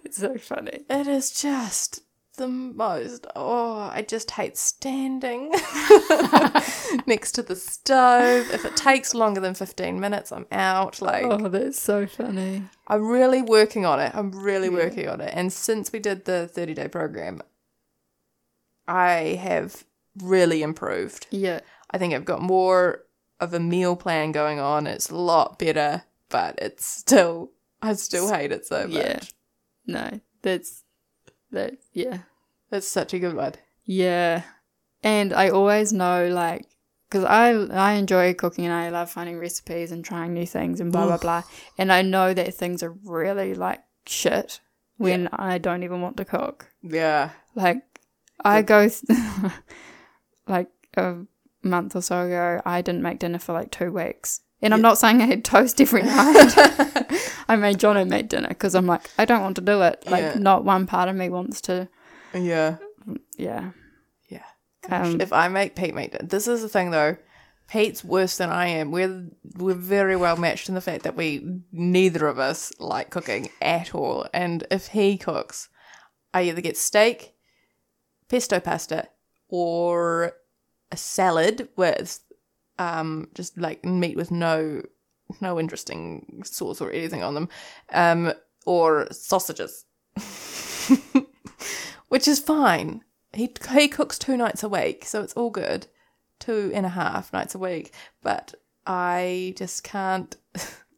It's so funny. It is just the most. Oh, I just hate standing next to the stove. If it takes longer than 15 minutes, I'm out. Like, Oh, that's so funny. I'm really working on it. I'm really working on it. And since we did the 30 day program, I have really improved. Yeah. I think I've got more of a meal plan going on. It's a lot better, but it's still, I still hate it so much. Yeah. No, that's that. Yeah. That's such a good one. Yeah. And I always know like because I I enjoy cooking and I love finding recipes and trying new things and blah blah blah. And I know that things are really like shit when I don't even want to cook. Yeah. Like, I go th- like a month or so ago. I didn't make dinner for like two weeks, and I'm not saying I had toast every night. I made Jono make dinner because I'm like, I don't want to do it. Like, Yeah. not one part of me wants to. Yeah. Yeah, Yeah. Um, if I make Pete make dinner, this is the thing though. Pete's worse than I am. We're we're very well matched in the fact that we neither of us like cooking at all. And if he cooks, I either get steak, pesto pasta, or a salad with um just like meat with no no interesting sauce or anything on them, um or sausages, which is fine. He he cooks two nights a week, so it's all good. Two and a half nights a week, but I just can't.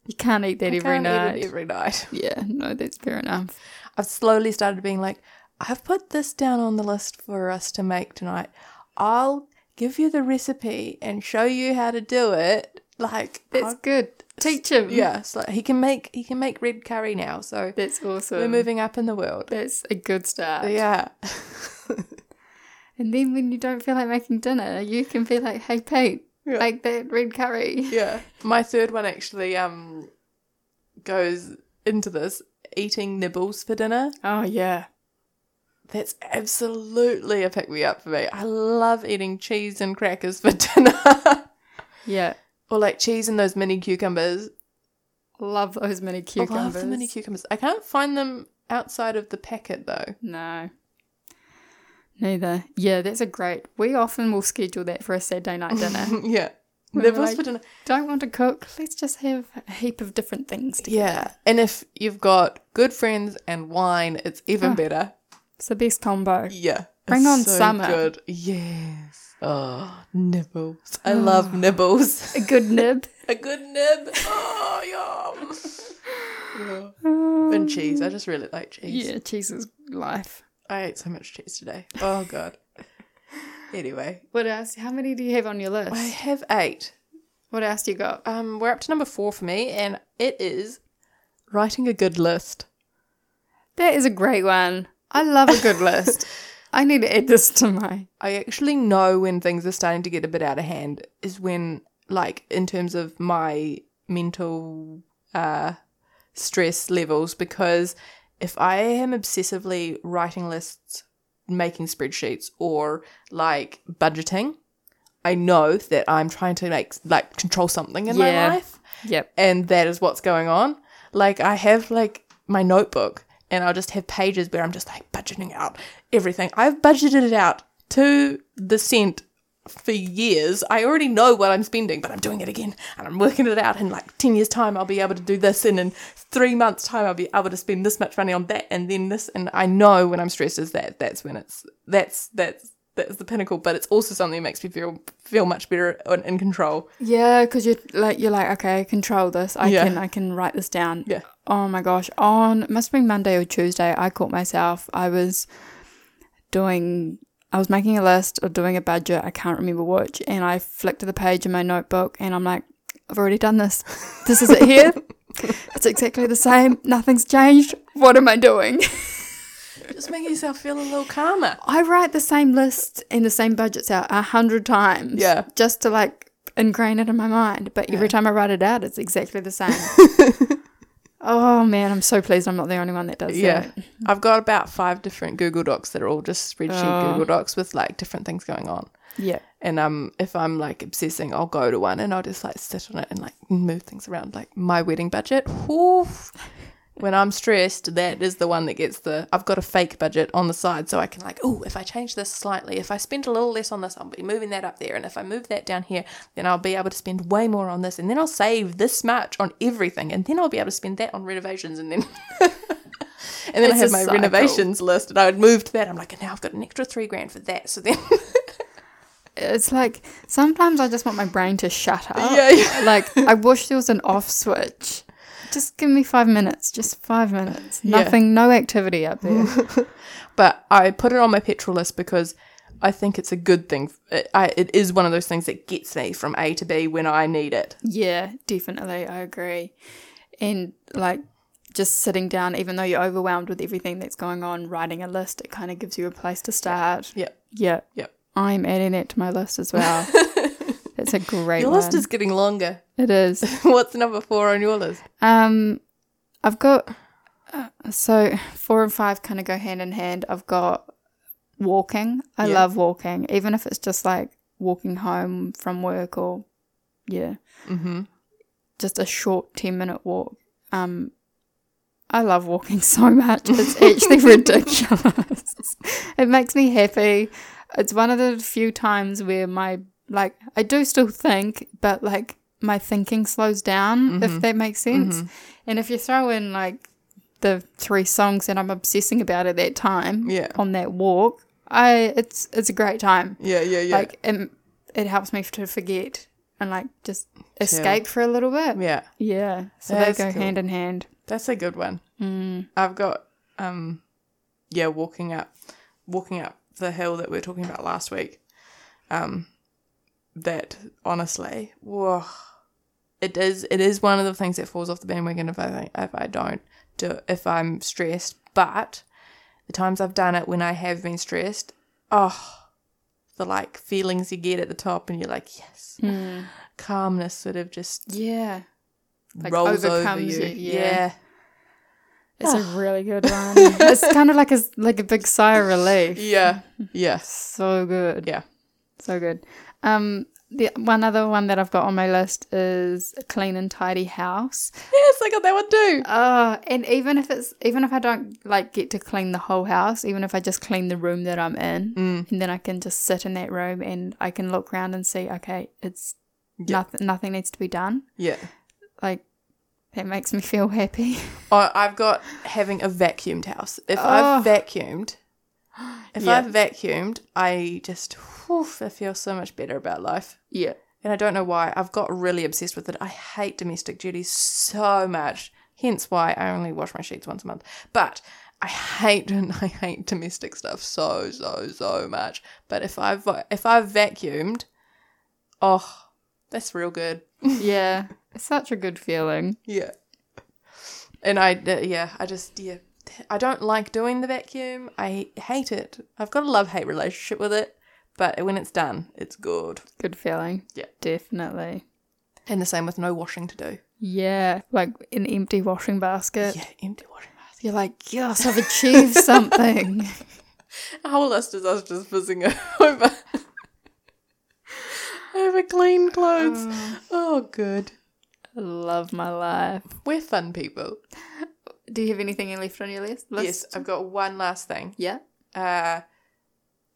you can't eat that I every can't night. Eat it every night. yeah, no, that's fair enough. I've slowly started being like, I've put this down on the list for us to make tonight. I'll give you the recipe and show you how to do it. Like That's I'll- good. Teach him. yeah, so he can make he can make red curry now. So that's awesome. we're moving up in the world. That's a good start. Yeah, And then when you don't feel like making dinner, you can be like, hey, Pete, Yeah. make that red curry. yeah. My third one actually um goes into this eating nibbles for dinner. Oh, yeah. That's absolutely a pick me up for me. I love eating cheese and crackers for dinner. Yeah. or like cheese and those mini cucumbers. Love those mini cucumbers. I love the mini cucumbers. I can't find them outside of the packet though. No. Neither. Yeah, that's a great. We often will schedule that for a Saturday night dinner. yeah. We're Nibbles like- for dinner. Don't want to cook. Let's just have a heap of different things to Yeah. And if you've got good friends and wine, it's even better. It's the best combo. Yeah. Bring It's on summer. Good. Yes. Oh, nibbles. I love Oh. nibbles. A good nib. A good nib. Oh, yum. And cheese. I just really like cheese. yeah, cheese is life. I ate so much cheese today. Oh god. anyway, What else? How many do you have on your I list? have eight. What else do you got? Um, we're up to number four for me, and it is writing a good list. That is a great one. I love a good list. I need to add this to my. I actually know when things are starting to get a bit out of hand is when, like, in terms of my mental uh, stress levels, because if I am obsessively writing lists, making spreadsheets, or like budgeting, I know that I'm trying to make like control something in Yeah. my life, Yep. and that is what's going on. Like I have like my notebook, and I'll just have pages where I'm just like budgeting out everything. I've budgeted it out to the cent for years. I already know what I'm spending, but I'm doing it again and I'm working it out. In like 10 years' time, I'll be able to do this. And in three months' time, I'll be able to spend this much money on that and then this. And I know when I'm stressed is that that's when it's that's that's that's the pinnacle. But it's also something that makes me feel feel much better and in control. Yeah, because you're like you're like okay, I control this. I Yeah. can I can write this down. Yeah. Oh my gosh! On it must have been Monday or Tuesday. I caught myself. I was doing. I was making a list or doing a budget. I can't remember which, and I flicked to the page in my notebook, and I'm like, I've already done this. This is it here. it's exactly the same. Nothing's changed. What am I doing? Just making yourself feel a little calmer. I write the same list and the same budgets out a hundred times. Yeah. Just to like ingrain it in my mind. But every time I write it out, it's exactly the same. oh man, I'm so pleased I'm not the only one that does Yeah. that. I've got about five different Google Docs that are all just spreadsheet Oh. Google Docs with like different things going on. Yeah. And um, if I'm like obsessing, I'll go to one and I'll just like sit on it and like move things around. Like my wedding budget. Oof. When I'm stressed, that is the one that gets the. I've got a fake budget on the side, so I can like, oh, if I change this slightly, if I spend a little less on this, I'll be moving that up there, and if I move that down here, then I'll be able to spend way more on this, and then I'll save this much on everything, and then I'll be able to spend that on renovations, and then. And then It's I have a my cycle. renovations list, and I would move to that. I'm like, and now I've got an extra three grand for that. So then, It's like sometimes I just want my brain to shut up. Yeah, yeah. Like I wish there was an off switch. Just give me five minutes. Just five minutes. Yeah. Nothing, no activity up there. but I put it on my petrol list because I think it's a good thing. It, I, it is one of those things that gets me from A to B when I need it. Yeah, definitely. I agree. And like just sitting down, even though you're overwhelmed with everything that's going on, writing a list, it kind of gives you a place to start. Yep, Yeah. yep. I'm adding it to my list as well. That's a great Your one. list is getting longer. it is. What's number four on your list? Um, I've got uh, so four and five kind of go hand in hand. I've got walking. I Yeah. love walking, even if it's just like walking home from work or yeah, Mm-hmm. just a short 10 minute walk. Um, I love walking so much. It's actually ridiculous. It makes me happy. It's one of the few times where my, like, I do still think, but like my thinking slows down, Mm-hmm. if that makes sense. And if you throw in like the three songs that I'm obsessing about at that time Yeah. on that walk, I it's it's a great time Yeah, yeah, yeah. like it, it helps me to forget and like just escape for a little bit yeah, yeah so That's they go cool. hand in hand that's a good one. Hmm. I've got, um, yeah, walking up, walking up the hill that we were talking about last week. Um, that honestly, whoa, it is it is one of the things that falls off the bandwagon if I think if I don't do it, if I'm stressed. But the times I've done it when I have been stressed, oh, the like feelings you get at the top, and you're like, yes, Hmm. calmness sort of just yeah Like, rolls over overcomes you. you, yeah. yeah. it's a really good one it's kind of like a like a big sigh of relief Yeah. Yes. so good Yeah. so good um the one other one that i've got on my list is a clean and tidy house Yes, I got that one too. Oh, and even if it's even if I don't like get to clean the whole house, even if I just clean the room that I'm in, and then I can just sit in that room and I can look around and see, okay, it's nothing nothing needs to be done. Yeah. Like that makes me feel happy. Oh, I've got having a vacuumed house. If I've vacuumed, if Yeah. I've vacuumed, I just, whew, I feel so much better about life. Yeah. And I don't know why. I've got really obsessed with it. I hate domestic duties so much. Hence why I only wash my sheets once a month. But I hate I hate domestic stuff so so so much. But if I've if I've vacuumed, oh, that's real good. Yeah. It's such a good feeling. Yeah. And I, uh, yeah, I just, yeah, I don't like doing the vacuum. I hate it. I've got a love hate relationship with it, but when it's done, it's good. Good feeling. Yeah. Definitely. And the same with no washing to do. Yeah. Like an empty washing basket. Yeah, empty washing basket. You're like, yes, I've achieved something. A whole list is us just fizzing over. over clean clothes. oh, good. I love my life. We're fun people. Do you have anything left on your list? list? Yes, I've got one last thing. Yeah. Uh,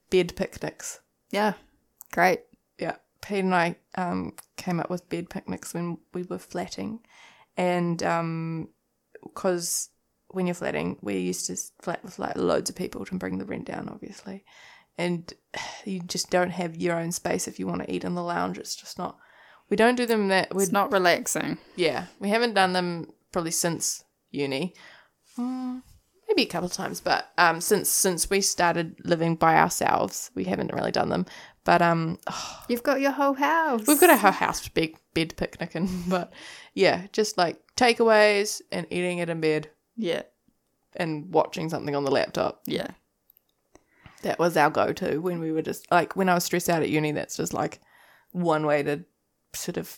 bed picnics. Yeah. Great. Yeah, Pete and I um, came up with bed picnics when we were flatting, and because when you're flatting, we used to flat with like loads of people to bring the rent down, obviously, and you just don't have your own space if you want to eat in the lounge. It's just not. We don't do them that. We It's not relaxing. yeah, we haven't done them probably since uni. Mm, maybe a couple of times, but um, since since we started living by ourselves, we haven't really done them. But um, You've got your whole house. We've got a whole house to big bed picnicking, but yeah, just like takeaways and eating it in bed Yeah. and watching something on the laptop. Yeah. That was our go to when we were just like when I was stressed out at uni, that's just like one way to sort of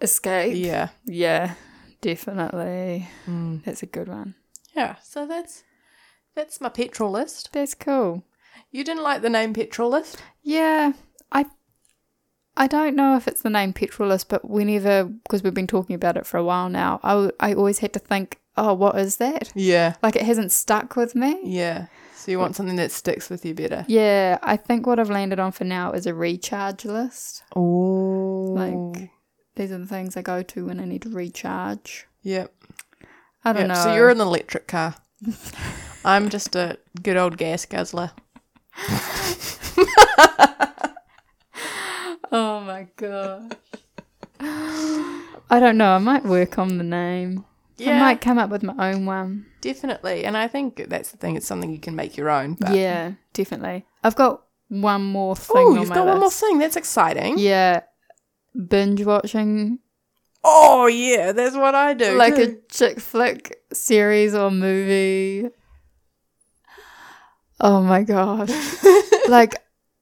Escape. Yeah. Hmm. Yeah, definitely. That's a good one. Yeah. So that's that's my petrol list. That's cool. You didn't like the name petrol list? Yeah, I I don't know if it's the name Petrolus, but whenever because we've been talking about it for a while now, I w- I always had to think, oh, what is that? Yeah. Like it hasn't stuck with me. Yeah. So you want something that sticks with you better. Yeah, I think what I've landed on for now is a recharge list. Oh. Like these are the things I go to when I need to recharge. Yep. I don't Yep. know. So you're an electric car. I'm just a good old gas guzzler. oh my gosh. I don't know. I might work on the name. I might come up with my own one. definitely. And I think that's the thing. It's something you can make your own. But... Yeah, definitely. I've got one more thing. Oh, on you've my got one more list. thing. That's exciting. Yeah, binge watching Oh yeah, that's what I do. like a too. chick flick series or movie. Oh my gosh! like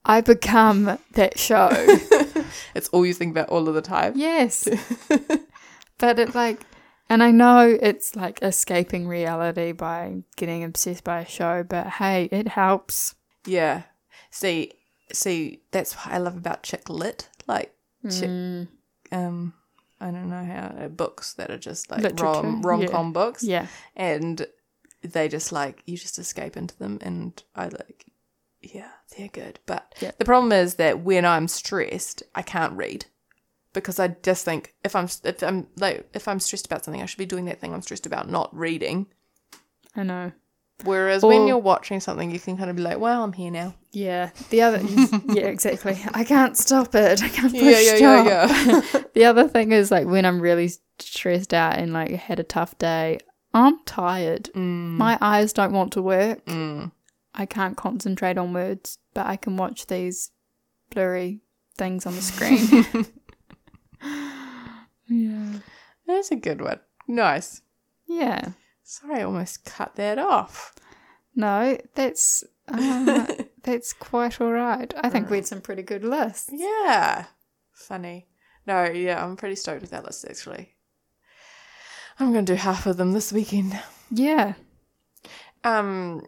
I become that show. it's all you think about all of the time. yes, but it like, and I know it's like escaping reality by getting obsessed by a show, but hey, it helps. Yeah. See, see, that's what I love about chick lit. Like chick, Mm. um, I don't know how uh, books that are just like Literature, rom rom com books. Yeah, and they just like you just escape into them and i like yeah they're good but Yeah. the problem is that when i'm stressed i can't read because i just think if i'm if i'm like if i'm stressed about something i should be doing that thing i'm stressed about not reading I know. whereas when Or- you're watching something you can kind of be like well i'm here now Yeah, the other yeah exactly. I can't stop it. I can't push Yeah, yeah, yeah, stop. the other thing is like when I'm really stressed out and like had a tough day, I'm tired. My eyes don't want to work. I can't concentrate on words, but I can watch these blurry things on the screen. yeah, that's a good one nice yeah. sorry i almost cut that off No, that's uh, that's quite all right. I think we had some pretty good lists. Yeah. Funny. No, yeah, I'm pretty stoked with that list actually. I'm gonna do half of them this weekend. Yeah. Um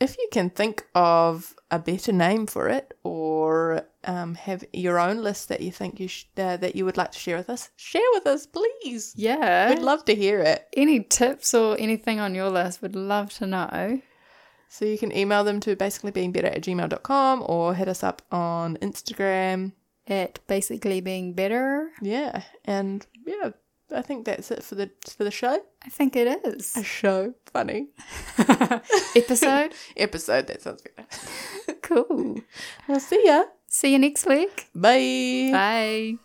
if you can think of a better name for it or um, have your own list that you think you sh- uh, that you would like to share with us, share with us, please. Yeah. We'd love to hear it. any tips or anything on your list would love to know So you can email them to basically being better at gmail.com or hit us up on Instagram. at basically being better Yeah. And yeah, I think that's it for the for the show. i think it is A show. Funny. episode episode. That sounds good. cool We'll see ya. see you next week Bye. bye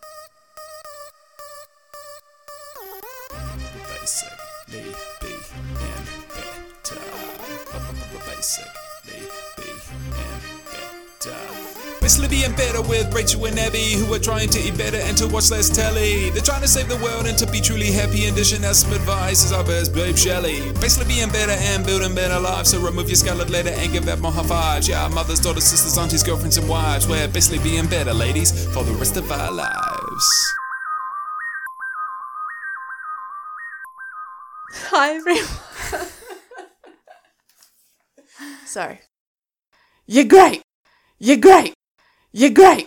Basically being better. Basically being better. Basically being better with Rachel and Abby, who are trying to eat better and to watch less telly. They're trying to save the world and to be truly happy and dishing out some advice as our best babe Shelley. Basically being better and building better lives. So remove your scarlet letter and give out more high fives. Yeah, our mothers, daughters, sisters, aunties, girlfriends, and wives. We're basically being better, ladies, for the rest of our lives. Hi everyone. So, you're great. You're great. You're great.